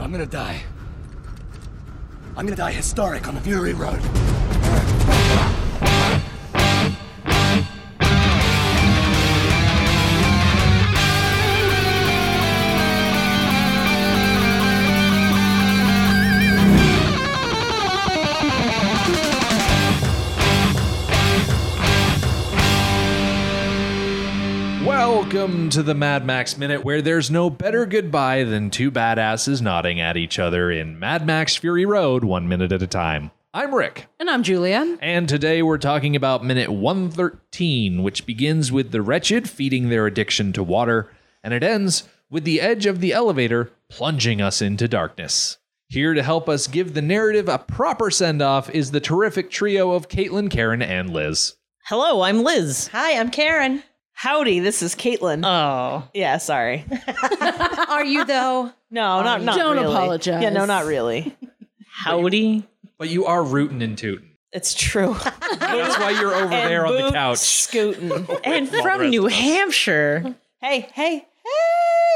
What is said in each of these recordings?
I'm gonna die. I'm gonna die historic on the Fury Road. Welcome to the Mad Max Minute, where there's no better goodbye than two badasses nodding at each other in Mad Max Fury Road, one minute at a time. I'm Rick, And I'm Julia. and today we're talking about minute 113, which begins with the wretched feeding their addiction to water, and it ends with the edge of the elevator plunging us into darkness. Here to help us give the narrative a proper send off is the terrific trio of Caitlin, Karen, and Liz. Hello, I'm Liz. Hi, I'm Karen. Howdy, this is Caitlin. Oh. yeah, sorry. Are you though? No, not not Don't really. apologize. Yeah, no, not really. Howdy. But you are rootin' and tootin'. It's true. That's why you're over there on the couch. scooting. And Well, from rest New of us. Hampshire. hey, hey,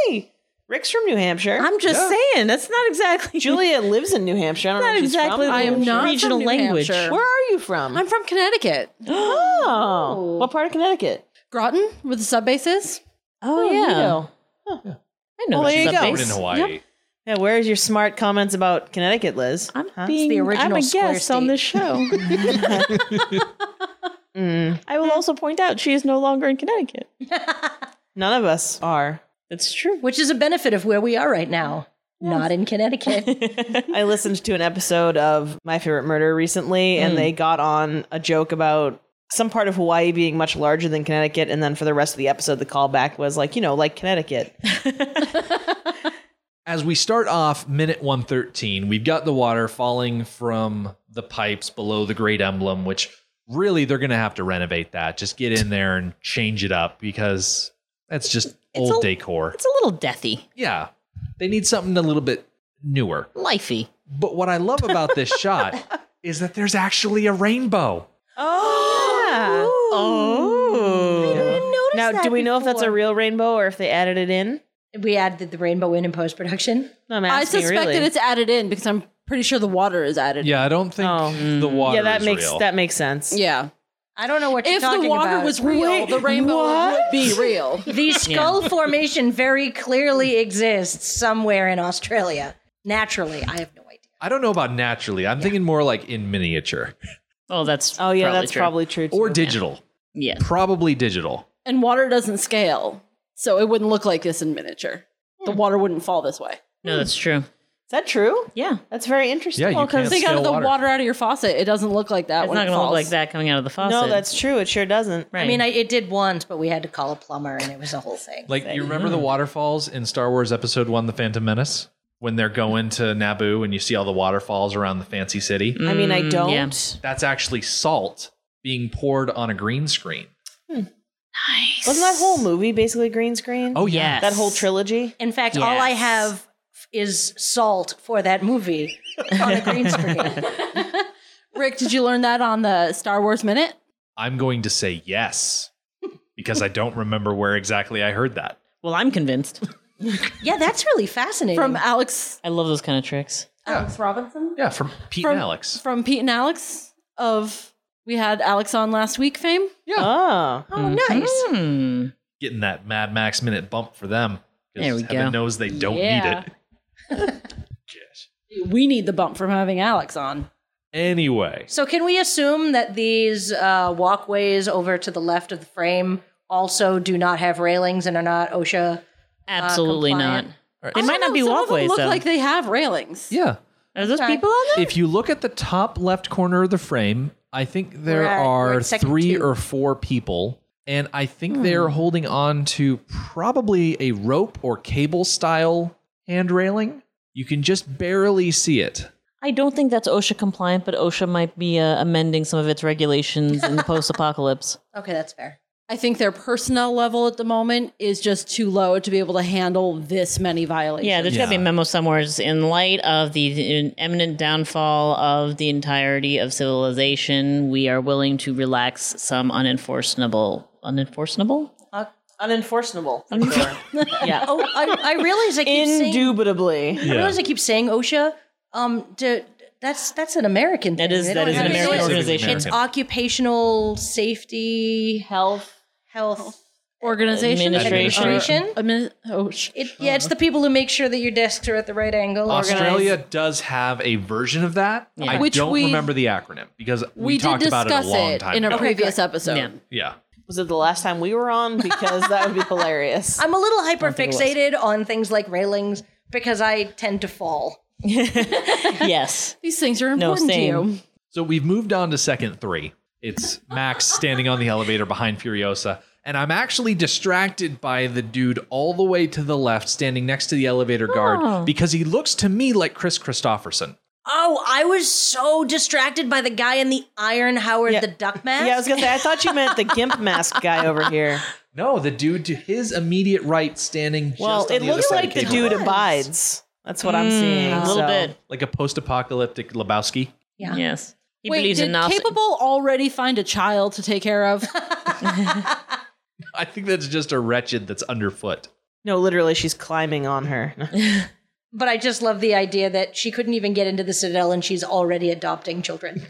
hey! Rick's from New Hampshire. I'm just saying, that's not exactly Julia lives in New Hampshire. I don't Not know if she's exactly. From I am New not Hampshire. Regional from New language. Hampshire. Where are you from? I'm from Connecticut. oh, what part of Connecticut? Groton, where the sub base is. Oh, you yeah. know. I know Well, she's there you a go. Born base. in Hawaii. Yeah, where's your smart comments about Connecticut, Liz? I'm Huh? being the I'm original a square guest on state. this show. Mm. I will also point out she is no longer in Connecticut. None of us are. That's true. which is a benefit of where we are right now. Not in Connecticut. I listened to an episode of My Favorite Murder recently, Mm. and they got on a joke about some part of Hawaii being much larger than Connecticut. And then for the rest of the episode, the callback was like, you know, like Connecticut. As we start off minute 113, we've got the water falling from the pipes below the great emblem, which really they're going to have to renovate that. Just get in there and change it up because that's just old a- decor. It's a little deathy, Yeah. They need something a little bit newer. lifey. But what I love about this shot is that there's actually a rainbow. Oh, yeah. oh. noticed Now, that do we know if that's a before. real rainbow or if they added it in? We added the rainbow in in post production. No, I'm I asking, suspect really. that it's added in because I'm pretty sure the water is added. Yeah, I don't think Oh. the water yeah, that is makes real. that makes sense. in. Yeah. I don't know what you're If the talking water about. was real, the rainbow would be real. the skull formation very clearly exists somewhere in Australia. Naturally, I have no idea. I don't know about naturally. I'm thinking more like in miniature Oh, that's Oh, yeah, probably that's true. probably true. Too. or digital. yeah. Probably digital. And water doesn't scale. So it wouldn't look like this in miniature. The water wouldn't fall this way. No, that's true. Is that true? Yeah, That's very interesting. Yeah, you Well, 'cause- can't Think out scale of the water. water. out of your faucet. It doesn't look like that it's when not it going to falls. look like that coming out of the faucet. No, that's true. It sure doesn't. right. I mean, I, it did once, but we had to call a plumber and it was a whole thing. Like you remember Mm-hmm. the waterfalls in Star Wars Episode One: The Phantom Menace when they're going to Naboo and you see all the waterfalls around the fancy city. I mean, I Mm, don't. yeah. That's actually salt being poured on a green screen. Wasn't that whole movie basically green screen? Oh yes. that whole trilogy. In fact, all I Yes. have is salt for that movie on a green screen. Rick, did you learn that on the Star Wars Minute? I'm going to say yes because I don't remember where exactly I heard that. Well, I'm convinced. yeah, that's really fascinating. From Alex I love those kind of tricks. Alex Robinson? Yeah, from Pete From- and Alex. From Pete and Alex of we had Alex on last week fame. Oh, oh, nice. Hmm. Getting that Mad Max minute bump for them. 'cause There we heaven go. knows they don't Yeah. need it. Yes. We need the bump from having Alex on. Anyway, So, can we assume that these uh, walkways over to the left of the frame also do not have railings and are not OSHA? Absolutely not. compliant. They might not be Some of walkways them look though. like they have railings. yeah. Are those Okay. people on there? if you look at the top left corner of the frame, I think there We're at- we're are at second three two. or four people, and I think they're holding on to probably a rope or cable style hand railing. You can just barely see it. I don't think that's OSHA compliant, but OSHA might be uh, amending some of its regulations in the post-apocalypse. Okay, that's fair. I think their personnel level at the moment is just too low to be able to handle this many violations. Yeah, there's got to be a Yeah. memo somewhere It's in light of the imminent downfall of the entirety of civilization. We are willing to relax some unenforceable, unenforceable, Uh, unenforceable. Yeah. Oh, I, I realize I keep saying Indubitably. I realize I keep saying OSHA. Um, to, that's that's an American thing. That is- They that don't is have an it. American It's- organization. It's occupational safety, Health. health, Organization. Administration. Administration? Admin- oh, sh- It, yeah, it's the people who make sure that your desks are at the right angle. Australia does have a version of that. I Which don't we- remember the acronym because we, we did talked about it a discuss long it, time in a ago. previous episode. Yeah. yeah. Was it the last time we were on? Because that would be hilarious. I'm a little hyper fixated on things like railings because I tend to fall. Yes. These things are No, important to same. you. So we've moved on to second three. It's Max standing on the elevator behind Furiosa. And I'm actually distracted by the dude all the way to the left standing next to the elevator guard Oh. because he looks to me like Chris Christopherson. Oh, I was so distracted by the guy in the Iron Howard the Duck mask. Yeah, I was gonna say. I thought you meant the gimp mask guy over here. No, the dude to his immediate right standing Well, just on it the looks other side like of the cable. dude abides. That's what I'm seeing. A little so. bit. like a post-apocalyptic Lebowski. Yeah. Yes. He Wait, believes did in nothing. capable already find a child to take care of? I think that's just a wretched that's underfoot. No, literally, she's climbing on her. But I just love the idea that she couldn't even get into the Citadel and she's already adopting children.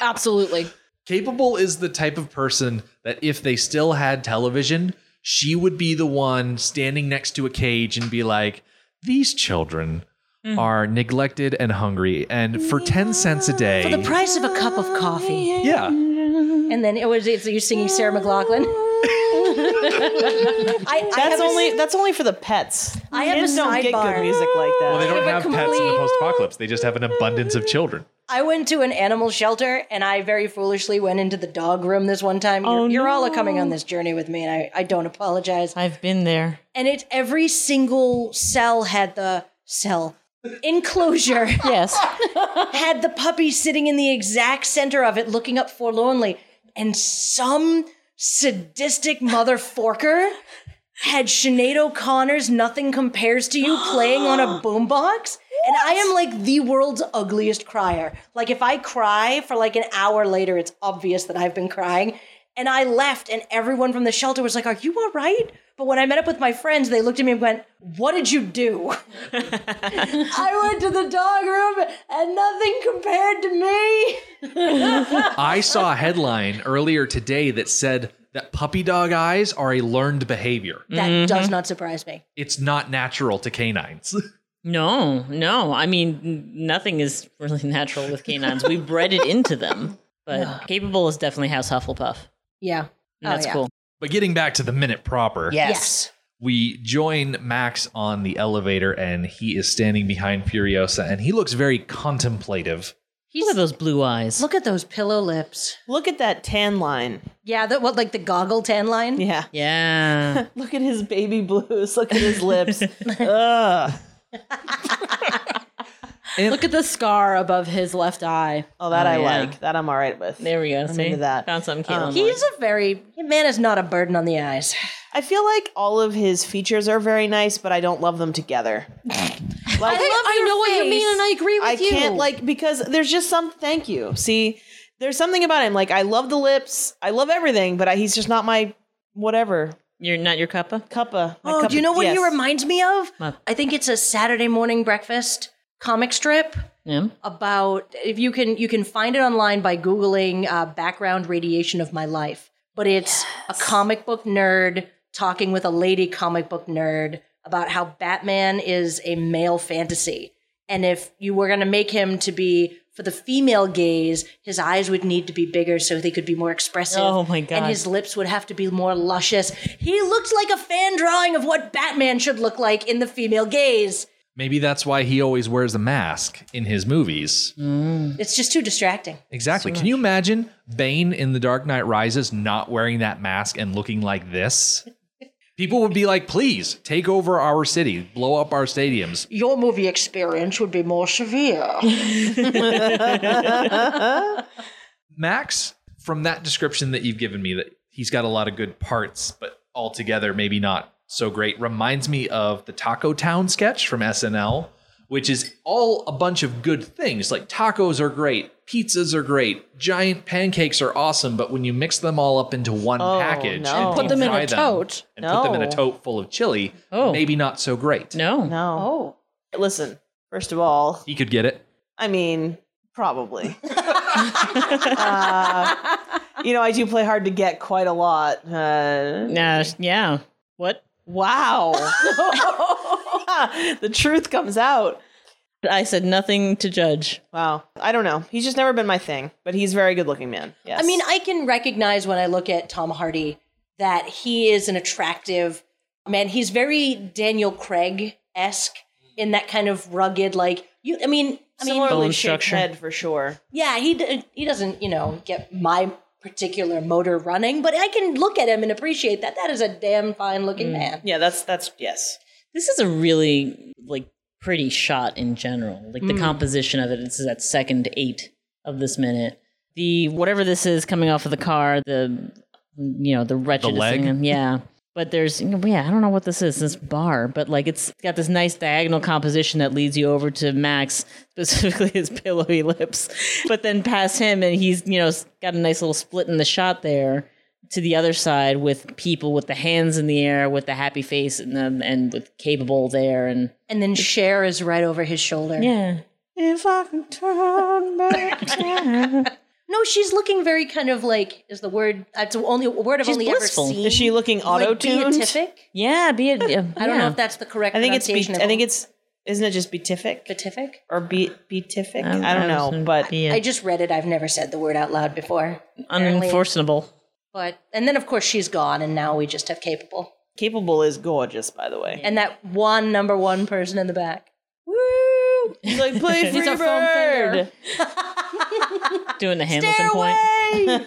Absolutely. Capable is the type of person that if they still had television, she would be the one standing next to a cage and be like, "These children are neglected and hungry, and for ten cents a day, The price of a cup of coffee. yeah, And then it was it's you singing Sarah McLaughlin. I, I That's have a- only that's only for the pets. I have a Kids don't get sidebar. good music like that. they don't have a have pets in the complete- post-apocalypse. They just have an abundance of children." I went to an animal shelter and I very foolishly went into the dog room this one time. You're, you're all are coming on this journey with me and I, I don't apologize. I've been there. And it's every single cell had the cell enclosure Yes. had the puppy sitting in the exact center of it looking up forlornly and some sadistic motherforker had Sinead O'Connor's Nothing Compares to You playing on a boombox. And I am like the world's ugliest crier. Like if I cry for like an hour later, it's obvious that I've been crying. And I left and everyone from the shelter was like, Are you all right? But when I met up with my friends, they looked at me and went, What did you do? I went to the dog room and nothing compared to me. I saw a headline earlier today that said that puppy dog eyes are a learned behavior. That does not surprise me. It's not natural to canines. No, no. I mean, n- nothing is really natural with canines. We bred it into them. But capable is definitely House Hufflepuff. Yeah. Oh, And that's yeah. cool. but getting back to the minute proper, Yes. we join Max on the elevator and he is standing behind Furiosa and he looks very contemplative. Look at those blue eyes. Look at those pillow lips. Look at that tan line. Yeah, that what like the goggle tan line. Yeah. Yeah. Look at his baby blues. Look at his lips. Ugh. Look at the scar above his left eye. Oh, that I yeah. like. That I'm all right with. There we go. I'm See? into that. Found something cute. online. He's a very man is not a burden on the eyes. I feel like all of his features are very nice, but I don't love them together. I, I know what you mean, and I agree with I you. can't like because there's just some. Thank you. See, there's something about him. Like I love the lips. I love everything, but I, he's just not my whatever You're not your cuppa? cuppa. my Oh, cuppa- do you know what yes. he reminds me of? What? I think it's a Saturday morning breakfast comic strip Yeah. about if you can you can find it online by googling uh, background radiation of my life. But it's a comic book nerd talking with a lady comic book nerd about how Batman is a male fantasy. And if you were going to make him to be for the female gaze, his eyes would need to be bigger so they could be more expressive. Oh my God. And his lips would have to be more luscious. He looked like a fan drawing of what Batman should look like in the female gaze. Maybe that's why he always wears a mask in his movies. It's just too distracting. Exactly. Can you imagine Bane in The Dark Knight Rises not wearing that mask and looking like this? People would be like, please take over our city, blow up our stadiums. Your movie experience would be more severe. Max, from that description that you've given me, that he's got a lot of good parts, but altogether maybe not so great, reminds me of the Taco Town sketch from SNL, which is all a bunch of good things. Like tacos are great, pizzas are great, giant pancakes are awesome, but when you mix them all up into one Oh, package no. and Put deep them in a fry tote. and put them in a No. tote full of chili, Oh. maybe not so great. No. No. Oh. Listen, first of all, He could get it. I mean, probably. uh, you know, I do play hard to get quite a lot. Uh, Nah, yeah. What? wow. the truth comes out. I said nothing to judge. Wow. I don't know. He's just never been my thing, but he's a very good looking man. Yes. I mean, I can recognize when I look at Tom Hardy that he is an attractive man. He's very Daniel Craig esque in that kind of rugged, like you. I mean, I mean, similarly Bone shaped structure. head for sure. yeah, he d- he doesn't, you know, get my particular motor running, but I can look at him and appreciate that. That is a damn fine looking man. Yeah, that's that's yes. This is a really like pretty shot in general. Like the composition of it. It's that second eight of this minute. The whatever this is coming off of the car. The you know the wretched leg? thing. Yeah. But there's yeah I don't know what this is this bar but like it's got this nice diagonal composition that leads you over to Max specifically his pillowy lips but then past him and he's you know got a nice little split in the shot there to the other side with people with the hands in the air with the happy face and them and with capable there and And then Cher is right over his shoulder. yeah If I can turn back time. No, she's looking very kind of like is the word. It's only a word I've She's only blissful. ever seen. Is she looking auto like tuned? beatific? yeah be it I don't know if that's the correct. I think it's be- pronunciation of I think it. it's isn't it just beatific beatific. or be- beatific? I don't know, but be I just read it. I've never said the word out loud before. apparently. unenforceable But and then of course she's gone, and now we just have capable capable is gorgeous, by the way. and that one number one person in the back. He's like, play our foam Freebird. doing the Hamilton point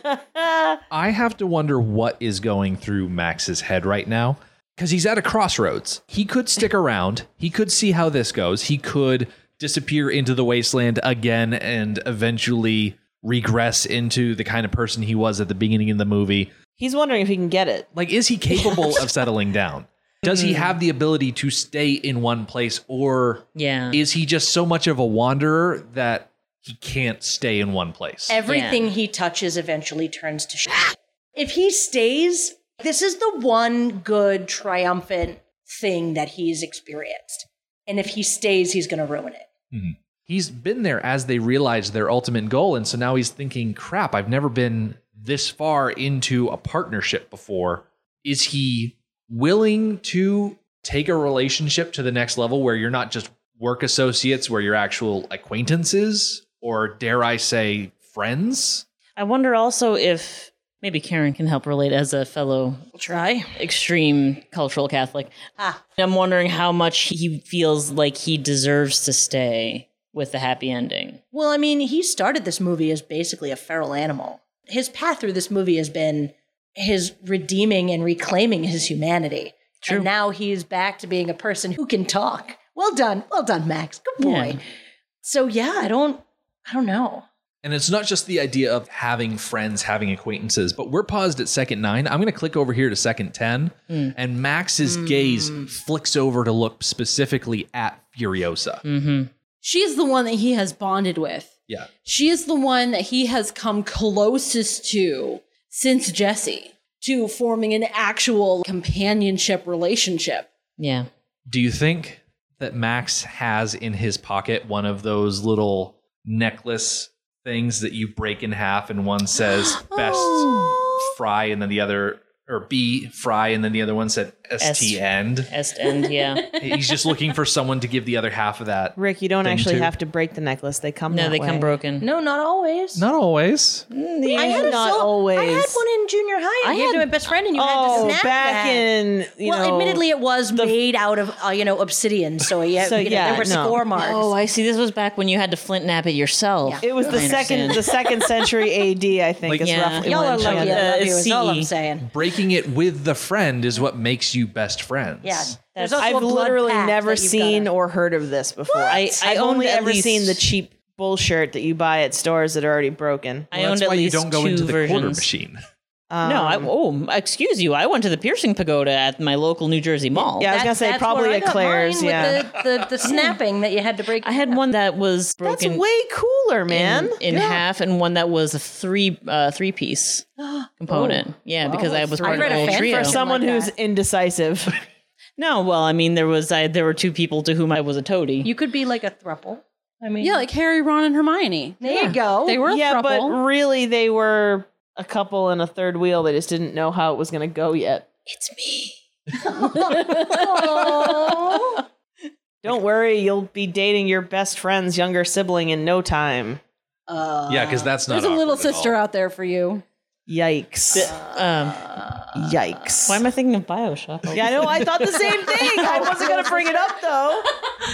I have to wonder what is going through Max's head right now because he's at a crossroads. He could stick around, he could see how this goes, he could disappear into the wasteland again and eventually regress into the kind of person he was at the beginning of the movie. He's wondering if he can get it. Like, is he capable of settling down? Does he have the ability to stay in one place, or yeah is he just so much of a wanderer that he can't stay in one place? Everything he touches eventually turns to shit. If he stays, this is the one good triumphant thing that he's experienced. And if he stays, he's going to ruin it. he's been there as they realized their ultimate goal and so now he's thinking crap i've never been this far into a partnership before is he willing to take a relationship to the next level where you're not just work associates where you're actual acquaintances or dare i say friends I wonder also if maybe Karen can help relate as a fellow We'll try. extreme cultural Catholic. Ah. I'm wondering how much he feels like he deserves to stay with the happy ending. Well, I mean, he started this movie as basically a feral animal. His path through this movie has been his redeeming and reclaiming his humanity. True. And now he's back to being a person who can talk. Well done. Well done, Max. Good boy. Yeah. So yeah, I don't I don't know. and it's not just the idea of having friends having acquaintances but we're paused at second nine i'm going to click over here to second 10 and max's gaze flicks over to look specifically at furiosa Mm-hmm. She's the one that he has bonded with. Yeah. She is the one that he has come closest to since Jesse to forming an actual companionship relationship. Yeah. Do you think that Max has in his pocket one of those little necklace things that you break in half and one says best fry and then the other or B fry and then the other one said ST S. end? Est end, yeah. He's just looking for someone to give the other half of that. Rick, you don't Thing actually too. have to break the necklace. They come. No, that they come way. broken. No, not always. Not always. I had a Not sil- always. I had one in junior high. I, I gave to my had- best friend, and you had to Oh, snap back that. in. You well, know, admittedly, it was made out of uh, you know obsidian, so yeah, So, you know, yeah, there were no. score marks. Oh, I see. This was back when you had to flint nap it yourself. it was the I second, the understand. second century A.D. I think Like, is yeah. roughly Y'all when are she lucky. had- I love Uh, you. Is all I'm E. CE. saying. Breaking it with the friend is what makes you best friends. Yeah, there's also a I've blood literally pact never that you've seen gotta- or heard of this before. I, What? I've I owned only at ever seen least- the cheap bull shirt that you buy at stores that are already broken. I Well, owned that's at why you least don't go two into the quarter versions. machine. Um, no, I, oh, excuse you. I went to the piercing pagoda at my local New Jersey mall. Yeah, I was gonna say probably where I at got Claire's, mine yeah. With the, the, the snapping that you had to break. I had one that was that's broken way cooler, man. in, in half, and one that was a three uh, three piece component. yeah, because I was I part read of a a fan trio. fiction. Some- Someone like who's that. indecisive. no, well, I mean, there was I there were two people to whom I was a toady. You could be like a thruple. I mean, Yeah, like Harry, Ron, and Hermione. there you go. They were a yeah, but throuple. really, they were a couple and a third wheel. They just didn't know how it was going to go yet. Aw. Don't worry, you'll be dating your best friend's younger sibling in no time. Uh, Yeah, because that's not. There's a little awkward at sister all. out there for you. Yikes! um, Yikes! why am I thinking of Bioshock? yeah, I know. I thought the same thing. I wasn't going to bring it up though.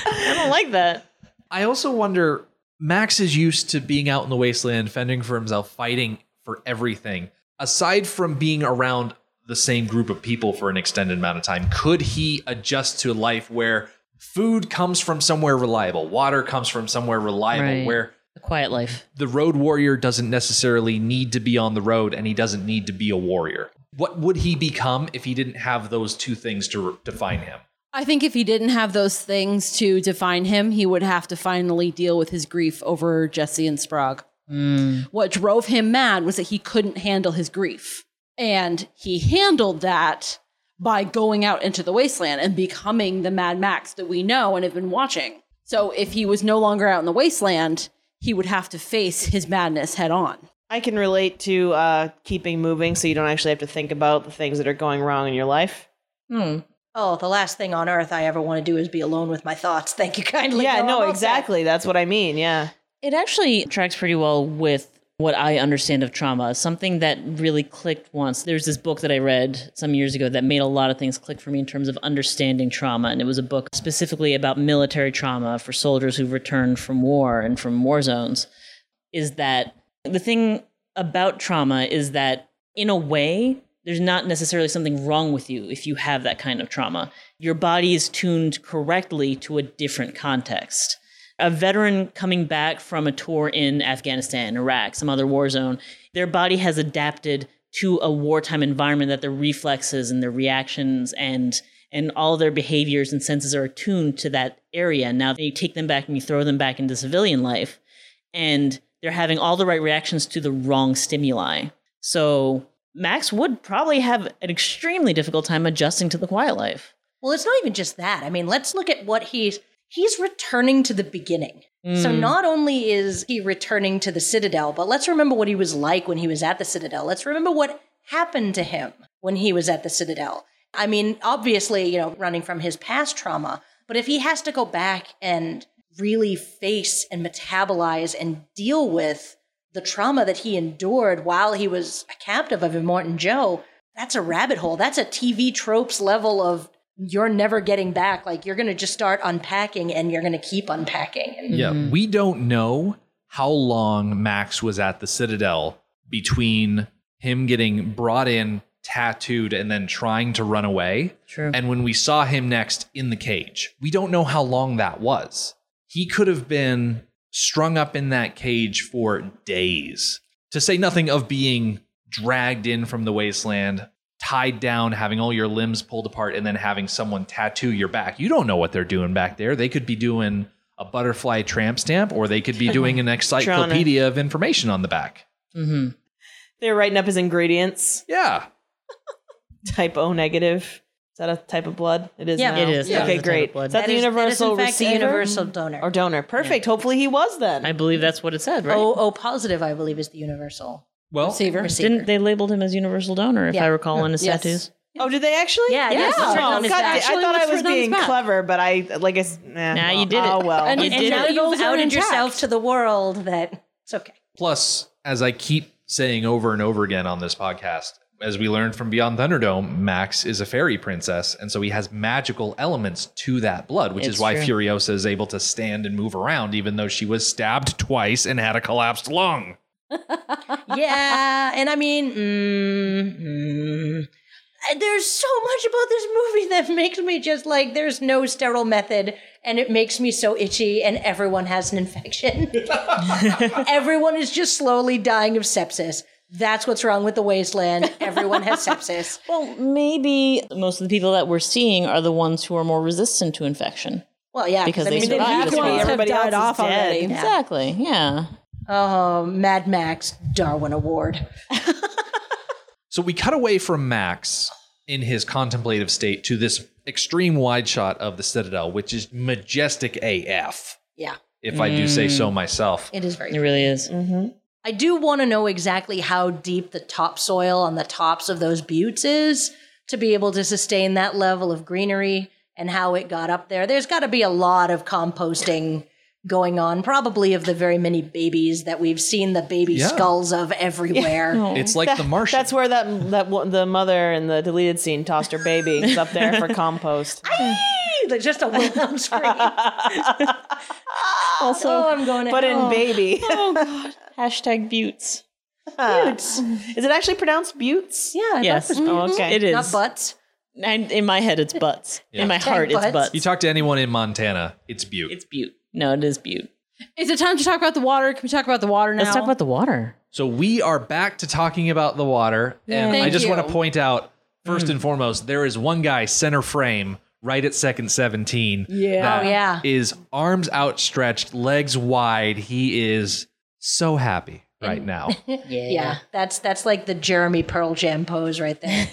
I don't like that. I also wonder. Max is used to being out in the wasteland, fending for himself, fighting for everything. Aside from being around the same group of people for an extended amount of time, could he adjust to a life where food comes from somewhere reliable, water comes from somewhere reliable, Right. where A quiet life. the road warrior doesn't necessarily need to be on the road and he doesn't need to be a warrior. What would he become if he didn't have those two things to define him? I think if he didn't have those things to define him, he would have to finally deal with his grief over Jesse and Sprague. Hmm. What drove him mad was that he couldn't handle his grief. And he handled that by going out into the wasteland and becoming the Mad Max that we know and have been watching. So if he was no longer out in the wasteland, he would have to face his madness head on. I can relate to uh, keeping moving, so you don't actually have to think about the things that are going wrong in your life. Hmm. oh, the last thing on earth I ever want to do is be alone with my thoughts. Thank you kindly. yeah, I'm all no, set. exactly. That's what I mean. Yeah. It actually tracks pretty well with what I understand of trauma. Something that really clicked once. There's this book that I read some years ago that made a lot of things click for me in terms of understanding trauma. And it was a book specifically about military trauma for soldiers who've returned from war and from war zones. Is that the thing about trauma is that in a way, there's not necessarily something wrong with you if you have that kind of trauma. Your body is tuned correctly to a different context a veteran coming back from a tour in Afghanistan, Iraq, some other war zone, their body has adapted to a wartime environment that their reflexes and their reactions and and all their behaviors and senses are attuned to that area. Now they take them back and you throw them back into civilian life and they're having all the right reactions to the wrong stimuli. So Max would probably have an extremely difficult time adjusting to the quiet life. Well, it's not even just that. I mean, let's look at what he's he's returning to the beginning. So not only is he returning to the Citadel, but let's remember what he was like when he was at the Citadel. Let's remember what happened to him when he was at the Citadel. I mean, obviously, you know, running from his past trauma, but if he has to go back and really face and metabolize and deal with the trauma that he endured while he was a captive of Immortan Joe, that's a rabbit hole. That's a TV tropes level of you're never getting back. Like you're going to just start unpacking and you're going to keep unpacking. And Yeah, we don't know how long Max was at the Citadel between him getting brought in, tattooed, and then trying to run away. True. And when we saw him next in the cage, we don't know how long that was. He could have been strung up in that cage for days, to say nothing of being dragged in from the wasteland, tied down, having all your limbs pulled apart, and then having someone tattoo your back. You don't know what they're doing back there. They could be doing a butterfly tramp stamp, or they could be doing an encyclopedia of information on the back. Mm-hmm. They're writing up his ingredients. Yeah. Type O negative. Is that a type of blood? It is. Yeah. now. It is. It Okay, is a type great. of blood. Is that, the is- that is, universal in fact, the receiver? universal donor. or donor? Perfect. Hopefully he was then. I believe that's what it said, right? O, o positive, I believe, is the universal Well, Receiver. receiver. Didn't they labeled him as universal donor, if Yeah. I recall, in his Yes. tattoos? oh, did they actually? Yeah, yeah. Oh, It's written on God, his da- I back. Actually, thought I it's was written on his being back. clever, but I like I. s- Nah, Nah, well, you did it. Oh well. And You it- did and now it. Those you've are outed intact. yourself to the world that it's okay. Plus, as I keep saying over and over again on this podcast, as we learned from Beyond Thunderdome, Max is a fairy princess, and so he has magical elements to that blood, which is It's why true. Furiosa is able to stand and move around, even though she was stabbed twice and had a collapsed lung. yeah, and I mean, mm, mm. there's so much about this movie that makes me just like there's no sterile method, and it makes me so itchy, and everyone has an infection. everyone is just slowly dying of sepsis. That's what's wrong with the wasteland. Everyone has sepsis. Well, maybe most of the people that we're seeing are the ones who are more resistant to infection. Well, yeah, Because they I mean, survived. Half That's why ones have everybody else died is off dead. already. Exactly. Yeah. Oh, Mad Max Darwin Award. So we cut away from Max in his contemplative state to this extreme wide shot of the Citadel, which is majestic AF, Yeah, if I do say so myself. it is very. It really is. I do want to know exactly how deep the topsoil on the tops of those buttes is to be able to sustain that level of greenery and how it got up there. There's got to be a lot of composting going on, probably of the very many babies that we've seen the baby Yeah. skulls of everywhere. It's like the Martian. That's where that that wo- the mother in the deleted scene tossed her baby It's up there for compost. There's just a Wilhelm scream. Also, Oh, I'm going to But in baby, Mm-hmm. hashtag buttes. butts. is it actually pronounced buttes? Yeah, I Yes. thought it was Oh, okay. It is. not butts. And Mm-hmm. in my head, it's butts. Yeah. In my heart, it's butts. butts. you talk to anyone in Montana, it's Butte. it's butte. No, it is butte. Is it time to talk about the water? Can we talk about the water now? Let's talk about the water. so we are back to talking about the water. And Thank I just you. want to point out, first and foremost, there is one guy center frame right at second 17. Yeah. Oh, yeah. Is arms outstretched, legs wide. He is so happy right now. Yeah. that's that's like the Jeremy Pearl Jam pose right there.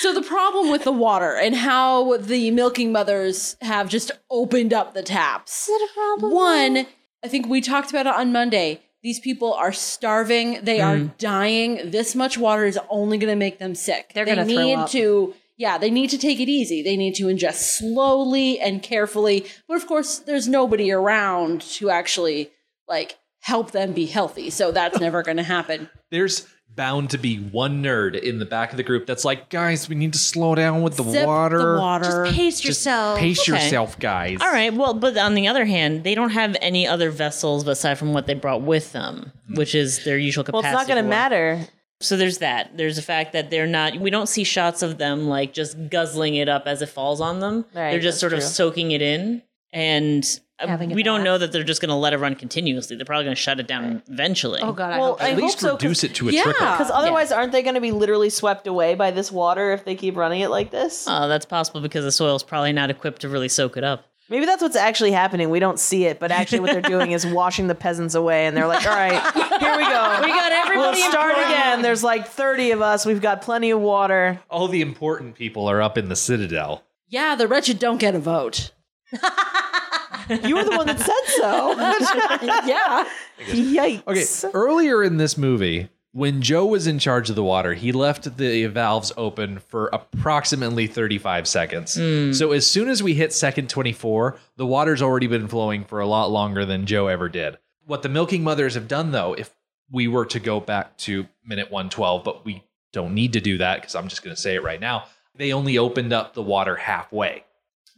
So the problem with the water and how the milking mothers have just opened up the taps. Is it a problem? One, I think we talked about it on Monday. These people are starving. They are dying. This much water is only going to make them sick. They're gonna they throw need up. to. Yeah, they need to take it easy. They need to ingest slowly and carefully. But of course, there's nobody around to actually like help them be healthy. So that's never going to happen. there's bound to be one nerd in the back of the group that's like, guys, we need to slow down with the Sip water. The water. Just pace yourself. Pace Okay. yourself, guys. All right. Well, but on the other hand, they don't have any other vessels aside from what they brought with them, which is their usual Well, capacity. it's not going for to water. matter. So there's that. There's the fact that they're not. We don't see shots of them like just guzzling it up as it falls on them. Right, they're just that's sort of true. soaking it in, and uh, Having a we don't bath. know that they're just going to let it run continuously. They're probably going to shut it down eventually. Oh god, I Well, hope I At least hope so, 'cause- reduce it to a Yeah. trickle. Because otherwise, aren't they going to be literally swept away by this water if they keep running it like this? Oh, that's possible because the soil's probably not equipped to really soak it up. Maybe that's what's actually happening. We don't see it, but actually, what they're doing is washing the peasants away, and they're like, "All right, here we go. We got everybody. We'll start again. There's like 30 of us. We've got plenty of water. All the important people are up in the citadel. Yeah, the wretched don't get a vote. You were the one that said so. Yeah. Yikes. Okay, earlier in this movie, when Joe was in charge of the water, he left the valves open for approximately 35 seconds. Hmm. So as soon as we hit second 24, the water's already been flowing for a lot longer than Joe ever did. What the milking mothers have done, though, if we were to go back to minute 112, but we don't need to do that because I'm just going to say it right now, they only opened up the water halfway.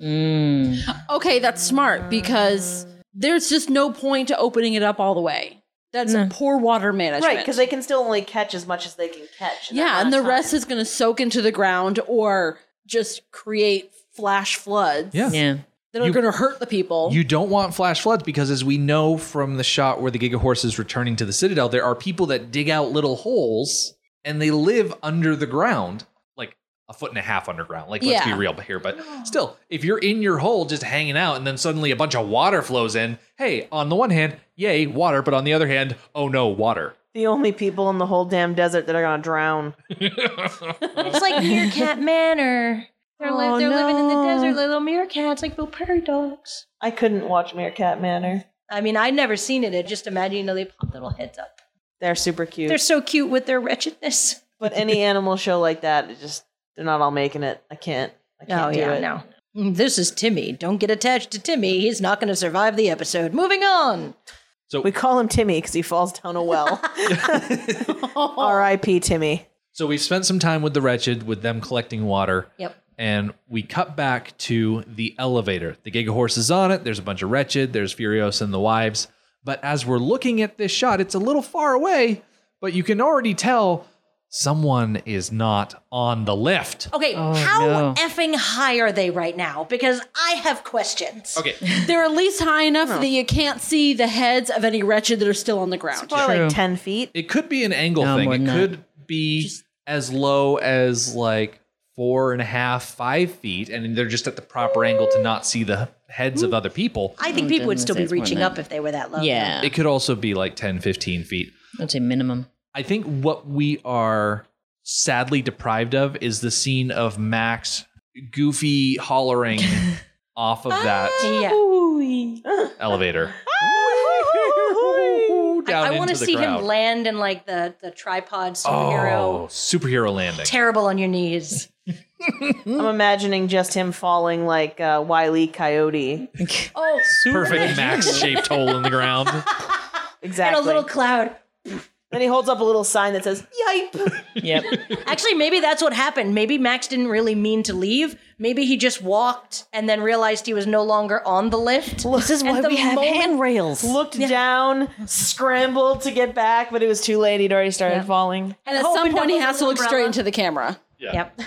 Mm. Okay, that's smart because there's just no point to opening it up all the way. That's No. poor water management. Right, because they can still only catch as much as they can catch. in that yeah, amount and the of time. rest is going to soak into the ground or just create flash floods Yeah. that are You- going to hurt the people. You don't want flash floods because, as we know from the shot where the Giga Horse is returning to the Citadel, there are people that dig out little holes and they live under the ground, like a foot and a half underground. Like, let's Yeah. be real here, but still, if you're in your hole just hanging out and then suddenly a bunch of water flows in, hey, on the one hand, yay, water, but on the other hand, oh no, water. the only people in the whole damn desert that are going to drown. It's like Meerkat Manor. They're, li- Oh, they're living in the no. desert, little meerkats, like little prairie dogs. I couldn't watch Meerkat Manor. I mean, I'd never seen it. I just imagine, you know, they pop their little heads up. They're super cute. They're so cute with their wretchedness. but any animal show like that, it just they're not all making it. I can't. I can't do it. Oh, no. Mm, This is Timmy. Don't get attached to Timmy. He's not going to survive the episode. Moving on. We call him Timmy because he falls down a well. R.I.P. Timmy. So we've spent some time with the wretched, with them collecting water. Yep. And we cut back to the elevator. The Giga Horse is on it. There's a bunch of wretched. There's Furios and the wives. But as we're looking at this shot, it's a little far away, but you can already tell someone is not on the lift. Okay, how no. effing high are they right now? Because I have questions. Okay. They're at least high enough that you can't see the heads of any wretched that are still on the ground. Probably True. like 10 feet. It could be an angle No, thing. more It than could be as low as like four and a half, five feet, and they're just at the proper angle to not see the heads of other people. I think people would still say be it's more than reaching that. up if they were that low. Yeah, It could also be like 10, 15 feet. I'd say minimum. I think what we are sadly deprived of is the scene of Max goofy hollering off of that Yeah. elevator. Down I want to into the see crowd. him land in like the, the tripod superhero. Oh, superhero landing. Terrible on your knees. I'm imagining just him falling like uh, Wiley Coyote. Oh, Perfect Max shaped hole in the ground. Exactly. and a little cloud. then he holds up a little sign that says, Yipe. Yep. Actually, maybe that's what happened. Maybe Max didn't really mean to leave. Maybe he just walked and then realized he was no longer on the lift. this is why the we have moment- handrails. Looked down, scrambled to get back, but it was too late. He'd already started falling. And at Hope some it point, he doesn't has to look umbrella. straight into the camera. Yep.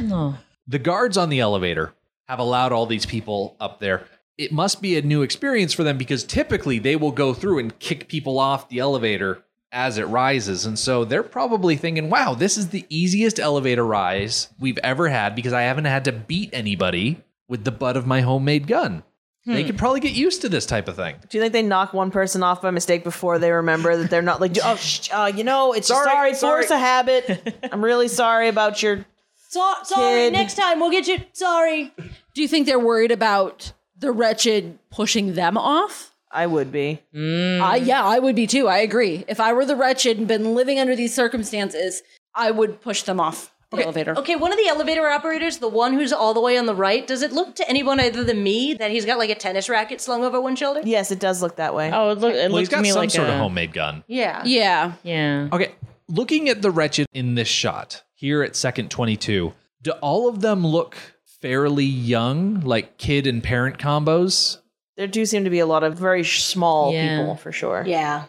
The guards on the elevator have allowed all these people up there. It must be a new experience for them because typically they will go through and kick people off the elevator as it rises. And so they're probably thinking, wow, this is the easiest elevator rise we've ever had because I haven't had to beat anybody with the butt of my homemade gun. They Hmm. could probably get used to this type of thing. Do you think they knock one person off by mistake before they remember that they're not like, oh, sh- uh, you know, it's sorry, sorry, force a habit. I'm really sorry about your. So, sorry, Kid. next time we'll get you. Sorry. Do you think they're worried about the wretched pushing them off? I would be. I, yeah, I would be too. I agree. If I were the wretched and been living under these circumstances, I would push them off the elevator. Okay, one of the elevator operators, the one who's all the way on the right, does it look to anyone other than me that he's got like a tennis racket slung over one shoulder? Yes, it does look that way. Oh, it, look, it Well, he's looks to got me some like sort a, of homemade gun. Yeah. Yeah. Yeah. Okay, looking at the wretched in this shot here at second 22, do all of them look fairly young, like kid and parent combos? There do seem to be a lot of very sh- small Yeah. people for sure. Yeah.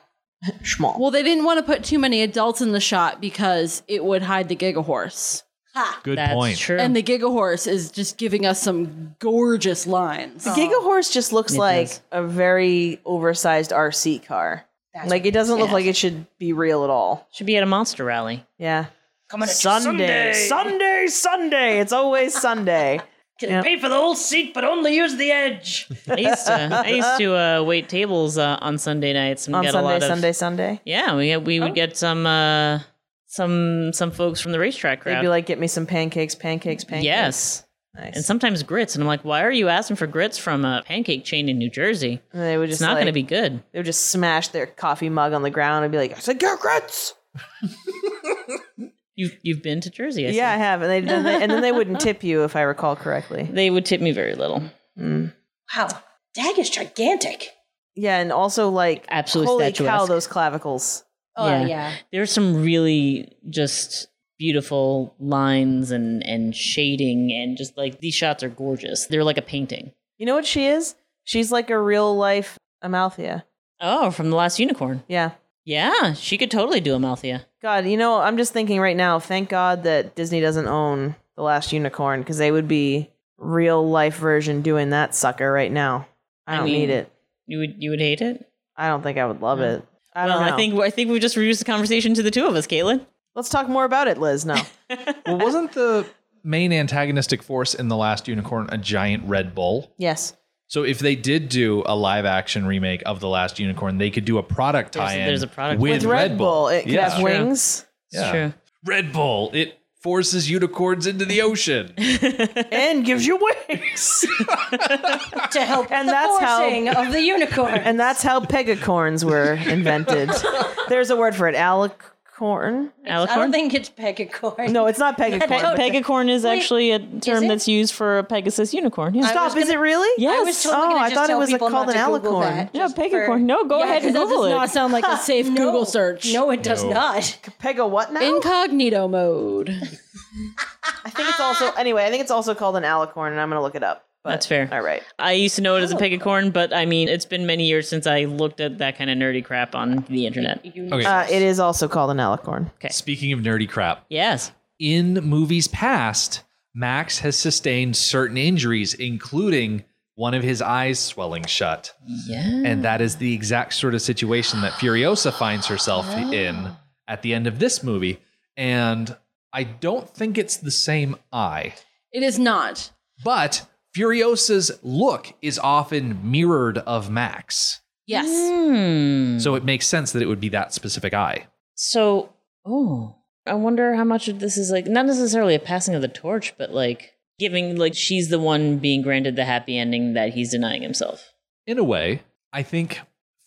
Small. Well, they didn't want to put too many adults in the shot because it would hide the Giga Horse. Good That's point. true. And the Giga Horse is just giving us some gorgeous lines. The Giga Horse just looks like does. a very oversized RC car. like it doesn't look like it should be real at all. Should be at a monster rally. Yeah. Coming at Sunday, Sunday, Sunday. It's always Sunday. Can pay for the whole seat, but only use the edge. I used to I used to uh, wait tables uh, on Sunday nights and we On got a Sunday, lot of Sunday, Oh. Sunday. yeah we we would get some uh, some some folks from the racetrack crowd. They'd be like, get me some pancakes, pancakes, pancakes. yes. Nice. And sometimes grits, and I'm like, why are you asking for grits from a pancake chain in New Jersey? And they would just It's not like, going to be good. they would just smash their coffee mug on the ground and be like, I said get grits. You've you've been to Jersey, I see. Yeah, I have. And they, then they and then they wouldn't tip you if I recall correctly. They would tip me very little. Wow. Dag is gigantic. Yeah, and also like Absolutely holy cow, statuesque. those clavicles. Oh, Yeah. yeah. there's some really just beautiful lines and and shading and just like these shots are gorgeous. They're like a painting. You know what she is? She's like a real life Amalthea. Oh, from the last unicorn. Yeah. Yeah, she could totally do Amalthea. God, you know, I'm just thinking right now, thank God that Disney doesn't own The Last Unicorn because they would be real life version doing that sucker right now. I I don't mean- need it. You would you would hate it? I don't think I would love it. I don't well, know. I think I think we just reduced the conversation to the two of us, Caitlin. Let's talk more about it, Liz. No. Well, wasn't the main antagonistic force in The Last Unicorn a giant Red Bull? yes. So if they did do a live action remake of The Last Unicorn, they could do a product There's- tie in there's a product- with, With Red Bull, it could yeah. have wings It's Yeah. true. Red Bull, it forces unicorns into the ocean. Mm. and gives you wings. To help And the that's how- forcing of the unicorn. and that's how pegacorns were invented. There's a word for it. Alicorn? I don't Alicorn. think it's pegacorn. No, it's not pegacorn. No, but- Oh, Pegacorn is actually a term it? that's used for a Pegasus unicorn. Yeah. Stop. Is it really? Yes. I was totally Oh, gonna I just thought it tell was, like, people called not an to Google alicorn. that, yeah, just Pegacorn. for- No, go ahead and that Google does it. not sound like a safe No. Google search. No, it does No. not. Pega what now? Incognito mode. Ah. I think it's also anyway. I think it's also called an alicorn, and I'm gonna look it up. But, That's fair. All right. I used to know it as a pig of corn, but I mean, it's been many years since I looked at that kind of nerdy crap on the internet. Okay. Uh, it is also called an alicorn. Speaking of nerdy crap, Yes. in movies past, Max has sustained certain injuries, including one of his eyes swelling shut. Yeah. And that is the exact sort of situation that Furiosa finds herself in at the end of this movie. And I don't think it's the same eye, It is not. but Furiosa's look is often mirrored of Max. Yes. Hmm. So it makes sense that it would be that specific eye. So, oh, I wonder how much of this is like not necessarily a passing of the torch, but like giving like she's the one being granted the happy ending that he's denying himself. in a way, I think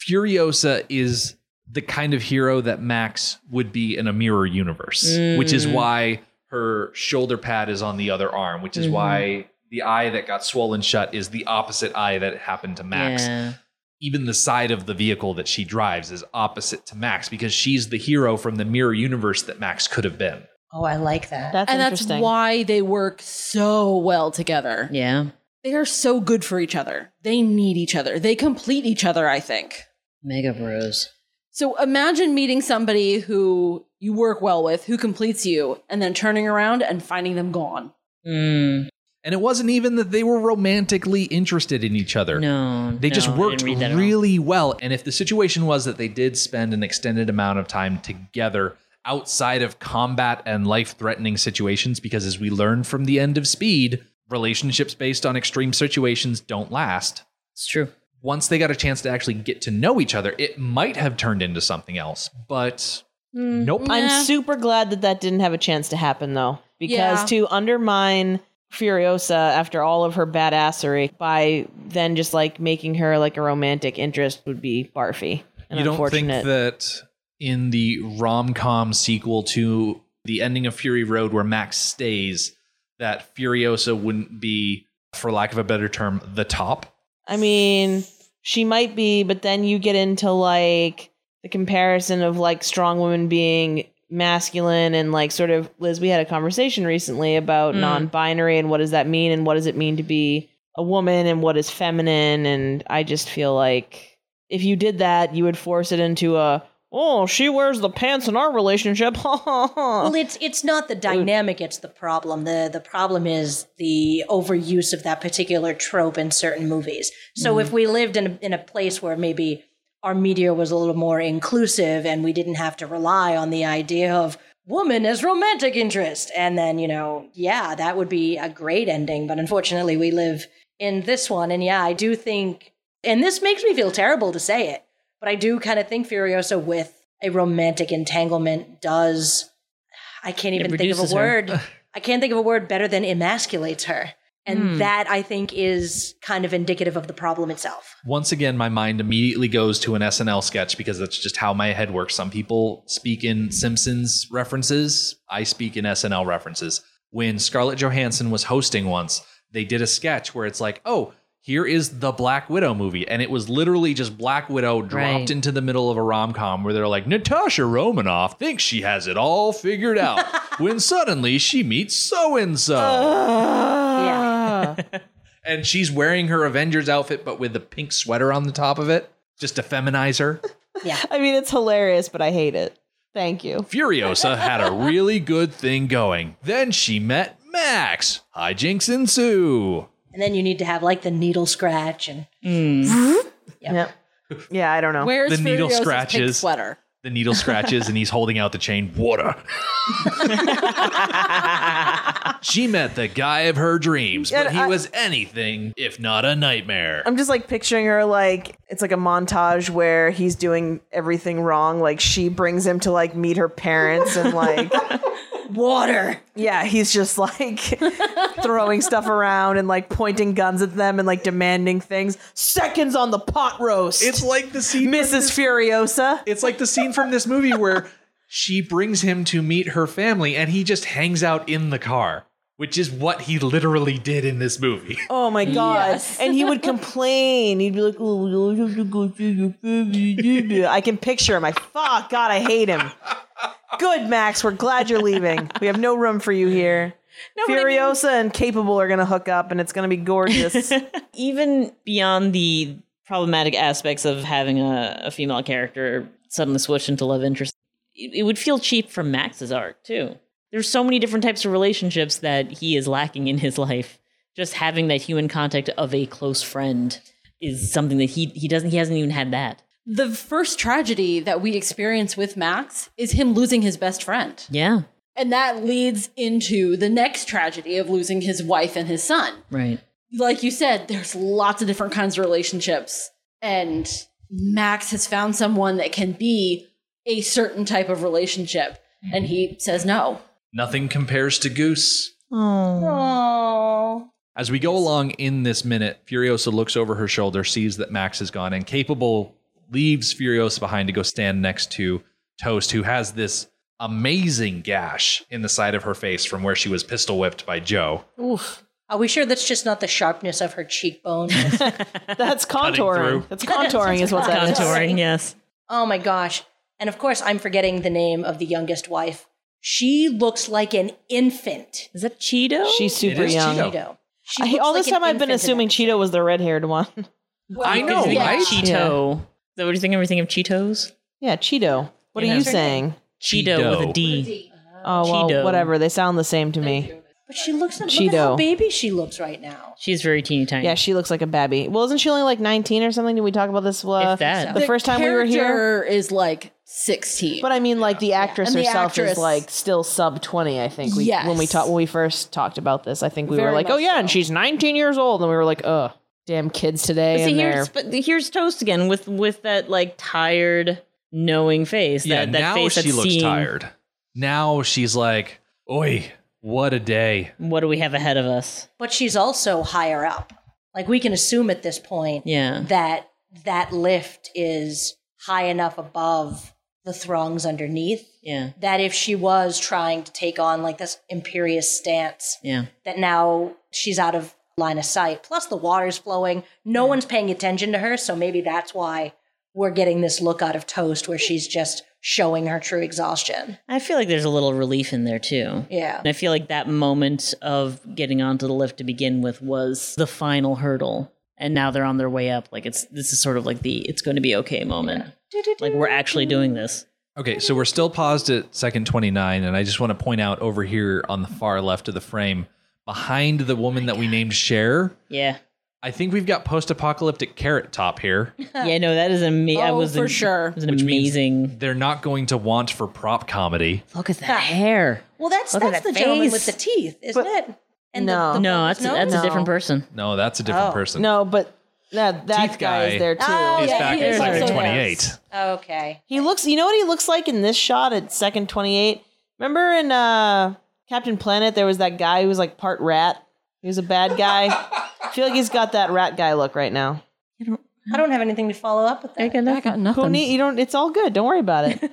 Furiosa is the kind of hero that Max would be in a mirror universe, which Mm. is why her shoulder pad is on the other arm, which is Mm-hmm. why the eye that got swollen shut is the opposite eye that happened to Max. Yeah. Even the side of the vehicle that she drives is opposite to Max because she's the hero from the mirror universe that Max could have been. Oh, I like that. That's and that's interesting. why they work so well together. Yeah. They are so good for each other. They need each other. They complete each other, I think. Mega bros. So imagine meeting somebody who you work well with, who completes you, and then turning around and finding them gone. Mm, And it wasn't even that they were romantically interested in each other. no. They no, just I worked didn't read that at all. really well. And if the situation was that they did spend an extended amount of time together outside of combat and life threatening situations, because as we learned from the end of Speed, relationships based on extreme situations don't last. It's true. Once they got a chance to actually get to know each other, it might have turned into something else, but nope. I'm super glad that that didn't have a chance to happen though, because Yeah. to undermine Furiosa after all of her badassery by then just like making her like a romantic interest would be barfy. And you don't think unfortunate. that in the rom com sequel to the ending of Fury Road, where Max stays, that Furiosa wouldn't be, for lack of a better term, the top? I mean, she might be, but then you get into like the comparison of like strong women being masculine and like sort of Liz, we had a conversation recently about Mm. non binary and what does that mean and what does it mean to be a woman and what is feminine. And I just feel like if you did that, you would force it into a oh, she wears the pants in our relationship. Well, it's it's not the dynamic; it's the problem. the The problem is the overuse of that particular trope in certain movies. So, Mm-hmm. if we lived in a, in a place where maybe our media was a little more inclusive and we didn't have to rely on the idea of woman as romantic interest, and then you know, yeah, that would be a great ending. But unfortunately, we live in this one, and yeah, I do think, and this makes me feel terrible to say it, but I do kind of think Furiosa with a romantic entanglement does I can't even think of reduces a her. word. I can't think of a word better than emasculates her. And Hmm. that I think is kind of indicative of the problem itself. Once again, my mind immediately goes to an SNL sketch because that's just how my head works. Some people speak in Simpsons references, I speak in SNL references. When Scarlett Johansson was hosting once, they did a sketch where it's like, oh, here is the Black Widow movie. And it was literally just Black Widow dropped Right. into the middle of a rom com where they're like, Natasha Romanoff thinks she has it all figured out when suddenly she meets so and so. Uh. Yeah. And she's wearing her Avengers outfit, but with the pink sweater on the top of it, just to feminize her. Yeah. I mean, it's hilarious, but I hate it. Thank you. Furiosa had a really good thing going. Then she met Max. Hijinks ensue. And then you need to have like the needle scratch and Yeah, I don't know. Where's The needle Furiosa's pink scratches. sweater? The needle scratches and he's holding out the chain. Water. she met the guy of her dreams, but And he I- was anything if not a nightmare. I'm just like picturing her like it's like a montage where he's doing everything wrong. Like she brings him to like meet her parents and like water. yeah, he's just like throwing stuff around and like pointing guns at them and like demanding things. Seconds on the pot roast. It's like the scene. Mrs. Furiosa. It's like the scene from this movie where she brings him to meet her family, and he just hangs out in the car, which is what he literally did in this movie. Oh my god! And he would complain. He'd be like, "Oh, I have to go see your family." I can picture him. I fuck God, I hate him. Good, Max. We're glad you're leaving. We have no room for you here. No, but I mean- Furiosa and Capable are going to hook up, and it's going to be gorgeous. even beyond the problematic aspects of having a, a female character suddenly switch into love interest, it, it would feel cheap from Max's arc too. There's so many different types of relationships that he is lacking in his life. Just having that human contact of a close friend is something that he he doesn't he hasn't even had that. The first tragedy that we experience with Max is him losing his best friend. Yeah. And that leads into the next tragedy of losing his wife and his son. Right. Like you said, there's lots of different kinds of relationships. And Max has found someone that can be a certain type of relationship. And he says no. Nothing compares to Goose. Oh. As we go along in this minute, Furiosa looks over her shoulder, sees that Max is gone, and Capable leaves Furiosa behind to go stand next to Toast, who has this amazing gash in the side of her face from where she was pistol whipped by Joe. Are we sure that's just not the sharpness of her cheekbone? That's through. contouring. That's contouring, is what that is. Contouring, yes. oh my gosh. And of course, I'm forgetting the name of the youngest wife. She looks like an infant. Is that Cheeto? She's super It is young. Cheeto. Cheeto. She I, looks all like this an time, I've been infant in assuming that. Cheeto was the red-haired one. I know, Like Oh, right? Cheeto. Is that what you think? Everything of Cheetos? Yeah, Cheeto. What Yeah. are you saying? Cheeto, with a Cheeto. D. Oh well, Cheeto. whatever. They sound the same to me. But she looks like Look at how Cheeto. baby she looks right now. She's very teeny tiny. Yeah, she looks like a babby. Well, isn't she only like 19 or something? Did we talk about this? Uh, If that. The, first time we were here. Character is like 16. But I mean, like the actress And the herself actress- is like still sub 20. I think we when we Yes. talked when we first talked about this, I think we Very were like, much oh yeah, so. and she's 19 years old, and we were like, ugh, damn kids today. See, and here's they're but here's toast again with with that like tired, knowing face. That, yeah, that now face she that's looks seeing, tired. Now she's like, oi, what a day. What do we have ahead of us? But she's also higher up. Like we can assume at this point Yeah, that that lift is high enough above the throngs underneath yeah, that if she was trying to take on like this imperious stance yeah. that now she's out of line of sight plus the water's flowing no one's paying attention to her so maybe that's why we're getting this look out of toast where she's just showing her true exhaustion I feel like there's a little relief in there too. yeah And I feel like that moment of getting onto the lift to begin with was the final hurdle. And now they're on their way up. Like it's this is sort of like the it's going to be okay moment. Like we're actually doing this. Okay, so we're still paused at second 29, and I just want to point out over here on the far left of the frame, behind the woman that we named Cher, Yeah. I think we've got post-apocalyptic carrot top here. Yeah, no, that is amazing. Oh, was for an- sure. It was an Which means- amazing. They're not going to want for prop comedy. Look at that hair. well that's Look at that's the that gentleman with face. the teeth isn't it and No. No, that's no? that's a No. different person. No, that's a different Oh, person. no, but that that Teeth guy guy. is there too. Oh, he's yeah, back he at is second also- 28. okay He looks. You know what he looks like in this shot at second twenty eight. Remember in uh, Captain Planet, there was that guy who was like part rat. He was a bad guy. I feel like he's got that rat guy look right now. i don't have anything to follow up with that I got nothing. Who need? You don't. It's all good. Don't worry about it.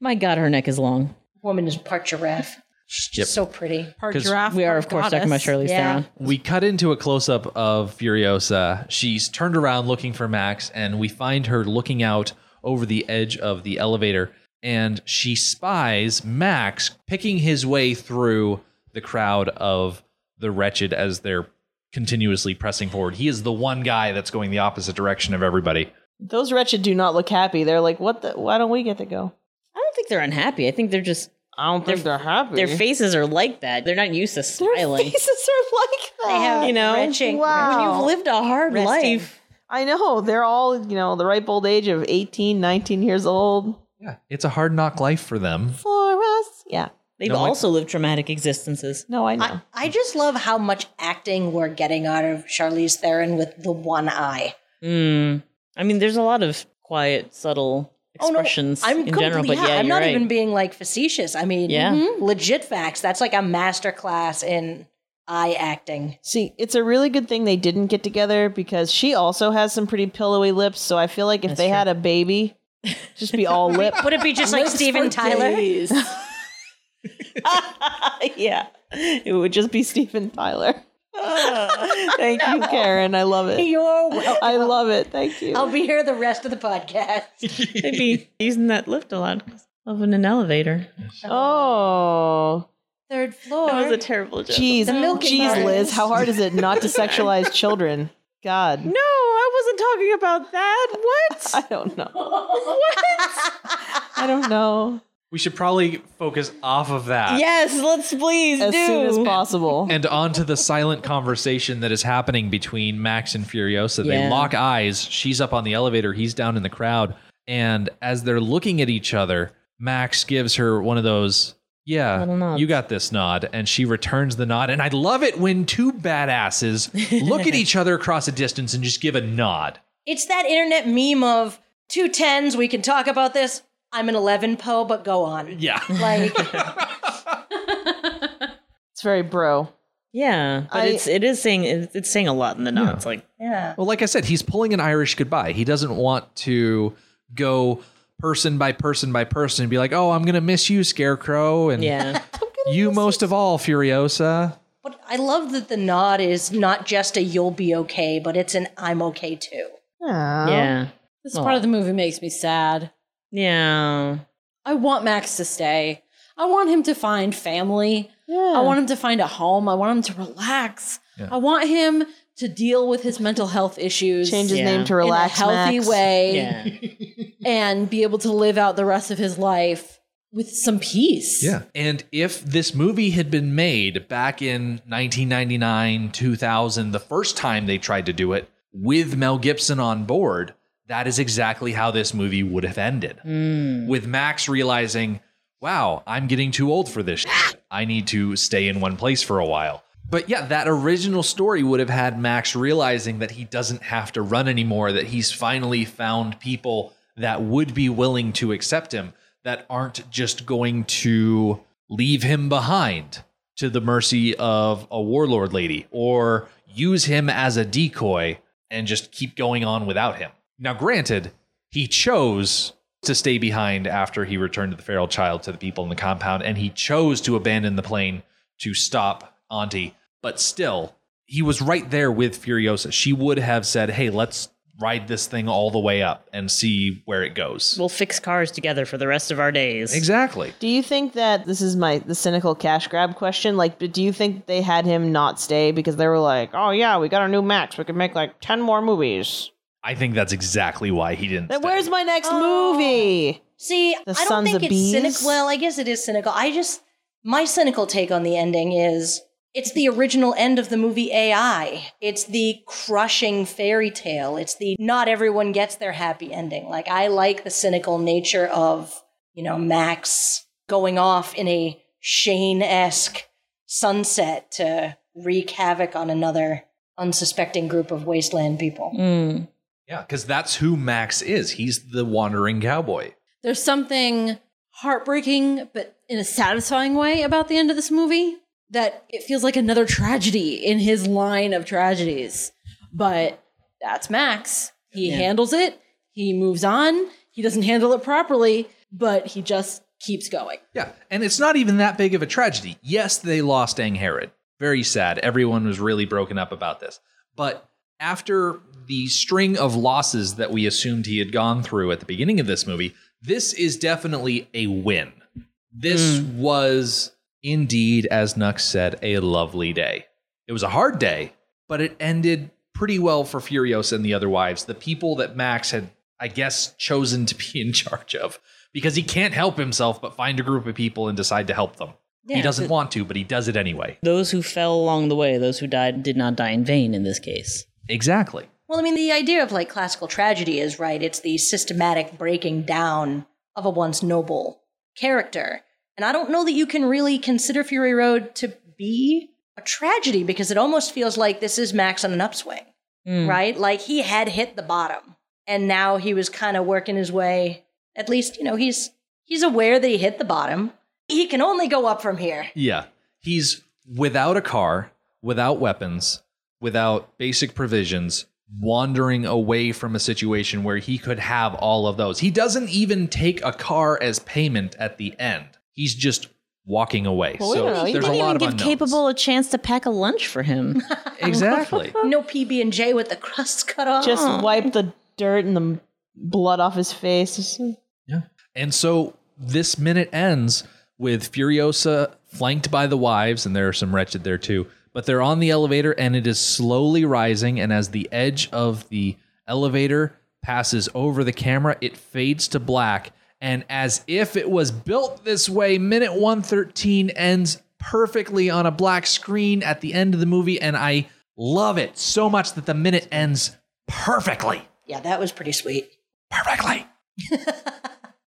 My God, her neck is long. woman is part giraffe she's just Yep. so pretty Part giraffe, We are, of course, talking about Shirley Yeah. Theron. We cut into a close-up of Furiosa. She's turned around looking for Max, and we find her looking out over the edge of the elevator, and she spies Max picking his way through the crowd of the wretched as they're continuously pressing forward. He is the one guy that's going the opposite direction of everybody. Those wretched do not look happy. They're like, what? the Why don't we get to go? I don't think they're unhappy. I think they're just I don't think they're, happy. their faces are like that. They're not used to smiling. faces are like that. they have You know, wrenching, wow. You've lived a hard Resting. life. I know they're all you know the ripe old age of 18, 19 years old. Yeah, it's a hard knock life for them. For us, yeah. They've No, like- also lived traumatic existences. No, I know. I, I just love how much acting we're getting out of Charlize Theron with the one eye. Mm. I mean, there's a lot of quiet, subtle expressions I'm in general, but completely- yeah, I'm you're not right. Mm-hmm. even being like facetious. I mean, Yeah. legit facts. That's like a master class in eye acting. See, it's a really good thing they didn't get together because she also has some pretty pillowy lips. So I feel like if they had a baby, just be all lip. Would it be just like Steven Tyler? yeah, it would just be Steven Tyler. Thank you, Karen. I love it. You're welcome. Oh. I love it. Thank you. I'll be here the rest of the podcast. They'd be using that lift a lot. Loving an elevator. Oh, third floor. That was a terrible joke. Jeez, The milking jeez, bars. Liz, how hard is it not to sexualize children? God, No, I wasn't talking about that. What? I don't know. what? I don't know. We should probably focus off of that. yes, let's please As do. soon as possible. and onto the silent conversation that is happening between Max and Furiosa. They Yeah. lock eyes. She's up on the elevator, he's down in the crowd. And as they're looking at each other, Max gives her one of those, yeah, Little nods. you got this nod. And she returns the nod. And I love it when two badasses look at each other across a distance and just give a nod. It's that internet meme of two tens. We can talk about this. I'm an eleven, Poe, but go on. Yeah. Like It's very bro. Yeah, but I- it's it is saying it- it's saying a lot in the notes. Like Well, like I said, he's pulling an Irish goodbye. He doesn't want to go person by person by person and be like, oh, I'm going to miss you, Scarecrow. And yeah, You most of all, Furiosa. But I love that the nod is not just a you'll be okay, but it's an I'm okay too. yeah, This part of the movie makes me sad. yeah. I want Max to stay. I want him to find family. I want him to find a home. I want him to relax. I want him to deal with his mental health issues Change his Yeah. name to in relax. a healthy Max. way Yeah, and be able to live out the rest of his life with some peace. And if this movie had been made back in 1999, 2000, the first time they tried to do it with Mel Gibson on board, that is exactly how this movie would have ended. With Max realizing, wow, I'm getting too old for this. Shit. I need to stay in one place for a while. But yeah, that original story would have had Max realizing that he doesn't have to run anymore, that he's finally found people that would be willing to accept him, that aren't just going to leave him behind to the mercy of a warlord lady or use him as a decoy and just keep going on without him. Now, granted, he chose to stay behind after he returned the feral child to the people in the compound, and he chose to abandon the plane to stop Auntie. But still, he was right there with Furiosa. She would have said, Hey, let's ride this thing all the way up and see where it goes. we'll fix cars together for the rest of our days. exactly. Do you think that this is my the cynical cash grab question? Like, but do you think they had him not stay because they were like, "Oh yeah, we got our new Max. We can make like ten more movies." I think that's exactly why he didn't. Then stay. where's my next movie? See, The I don't sons think of it's bees? cynical. Well, I guess it is cynical. I just my cynical take on the ending is it's the original end of the movie AI. It's the crushing fairy tale. It's the not everyone gets their happy ending. Like I like the cynical nature of, you know, Max going off in a Shane-esque sunset to wreak havoc on another unsuspecting group of wasteland people. Mm. Yeah, because that's who Max is. He's the wandering cowboy. There's something heartbreaking, but in a satisfying way about the end of this movie that it feels like another tragedy in his line of tragedies. But that's Max. He handles it, he moves on, he doesn't handle it properly, but he just keeps going. Yeah, and it's not even that big of a tragedy. Yes, they lost Angharad. Very sad. Everyone was really broken up about this. But after the string of losses that we assumed he had gone through at the beginning of this movie, this is definitely a win. This was indeed, as Nux said, a lovely day. It was a hard day, but it ended pretty well for Furiosa and the other wives, the people that Max had, I guess, chosen to be in charge of, because he can't help himself but find a group of people and decide to help them. he doesn't want to, but he does it anyway. Those who fell along the way, those who died, did not die in vain. In this case, Exactly. Well, I mean, the idea of like classical tragedy is right. It's the systematic breaking down of a once noble character. And I don't know that you can really consider Fury Road to be a tragedy because it almost feels like this is Max on an upswing, Hmm. right? Like he had hit the bottom and now he was kind of working his way. At least, you know, he's he's aware that he hit the bottom. He can only go up from here. Yeah. He's without a car, without weapons, without basic provisions, wandering away from a situation where he could have all of those. He doesn't even take a car as payment at the end. He's just walking away. Well, wait a minute, so he there's a didn't even lot of give unknowns. capable a chance to pack a lunch for him. Exactly. No PB and J with the crust cut off. Just wipe the dirt and the blood off his face. And so this minute ends with Furiosa flanked by the wives, and there are some wretched there too. But they're on the elevator, and it is slowly rising. And as the edge of the elevator passes over the camera, it fades to black. And as if it was built this way, minute 113 ends perfectly on a black screen at the end of the movie. And I love it so much that the minute ends perfectly. Yeah, that was pretty sweet. Perfectly.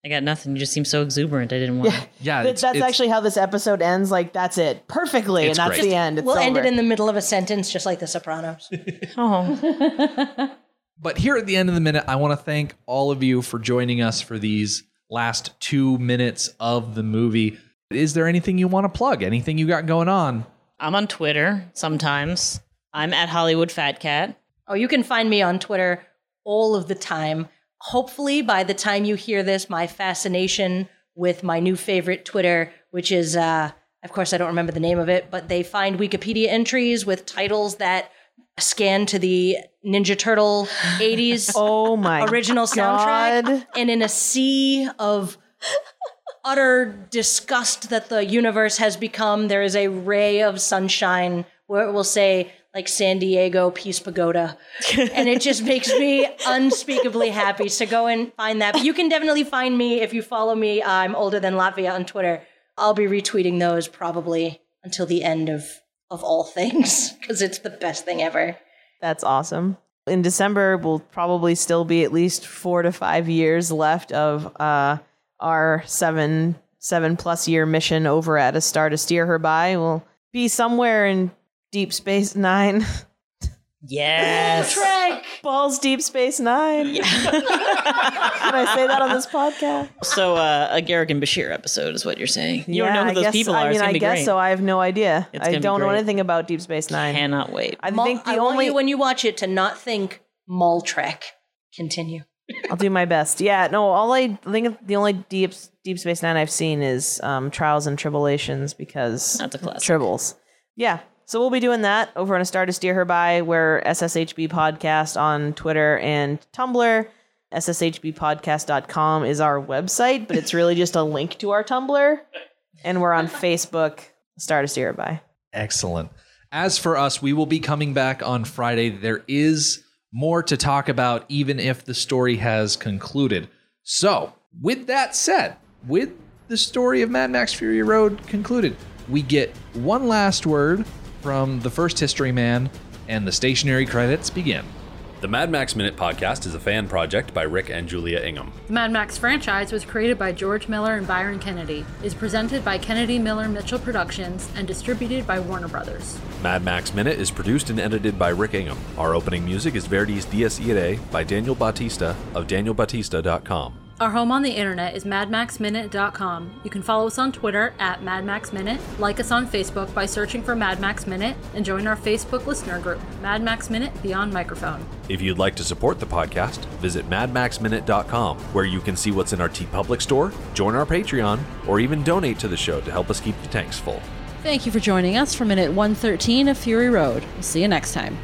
I got nothing. You just seem so exuberant. I didn't want. to Yeah, That's, it's- that's it's- actually how this episode ends. Like that's it, perfectly, It's and that's great. the end. It's we'll over. end it in the middle of a sentence, just like The Sopranos. Oh, But here at the end of the minute, I want to thank all of you for joining us for these last two minutes of the movie. Is there anything you want to plug? Anything you got going on? I'm on Twitter sometimes. I'm at Hollywood Fat Cat. Oh, you can find me on Twitter all of the time. Hopefully, by the time you hear this, my fascination with my new favorite Twitter, which is, uh, of course, I don't remember the name of it, but they find Wikipedia entries with titles that scan to the Ninja Turtle 80s oh my original God. soundtrack. And in a sea of utter disgust that the universe has become, there is a ray of sunshine where it will say, like San Diego, Peace Pagoda. And it just makes me unspeakably happy. So go and find that. But you can definitely find me if you follow me. I'm older than Latvia on Twitter. I'll be retweeting those probably until the end of of all things because it's the best thing ever. That's awesome. In December, will probably still be at least four to five years left of uh, our seven seven plus year mission over at a star to steer her by. We'll be somewhere in Deep Space Nine, Yes. Trek. balls Deep Space Nine. Can I say that on this podcast? So uh, a Garrick and Bashir episode is what you're saying. You Yeah, don't know I who those guess- people are. I mean, it's gonna I be guess great. so. I have no idea. It's I gonna be don't know great. anything about Deep Space Nine. Cannot wait. I Mul- think the I want only you when you watch it to not think Moltrek. Continue. I'll do my best. Yeah, no, all I think the only deep Deep Space Nine I've seen is um, Trials and Tribulations because That's a classic. Tribbles. Yeah. So we'll be doing that over on a star to steer her by. We're SSHB podcast on Twitter and Tumblr. SSHBpodcast.com is our website, but it's really just a link to our Tumblr. And we're on Facebook, Star to Steer Her By. Excellent. As for us, we will be coming back on Friday. There is more to talk about, even if the story has concluded. So, with that said, with the story of Mad Max Fury Road concluded, we get one last word from the first history man, and the stationary credits begin. The Mad Max Minute podcast is a fan project by Rick and Julia Ingham. The Mad Max franchise was created by George Miller and Byron Kennedy, is presented by Kennedy Miller Mitchell Productions, and distributed by Warner Brothers. Mad Max Minute is produced and edited by Rick Ingham. Our opening music is Verdi's Dies Irae by Daniel Bautista of danielbautista.com. Our home on the internet is madmaxminute.com. You can follow us on Twitter at Mad Max Minute, like us on Facebook by searching for Mad Max Minute, and join our Facebook listener group, Mad Max Minute Beyond Microphone. If you'd like to support the podcast, visit madmaxminute.com, where you can see what's in our T Public store, join our Patreon, or even donate to the show to help us keep the tanks full. Thank you for joining us for minute 113 of Fury Road. We'll see you next time.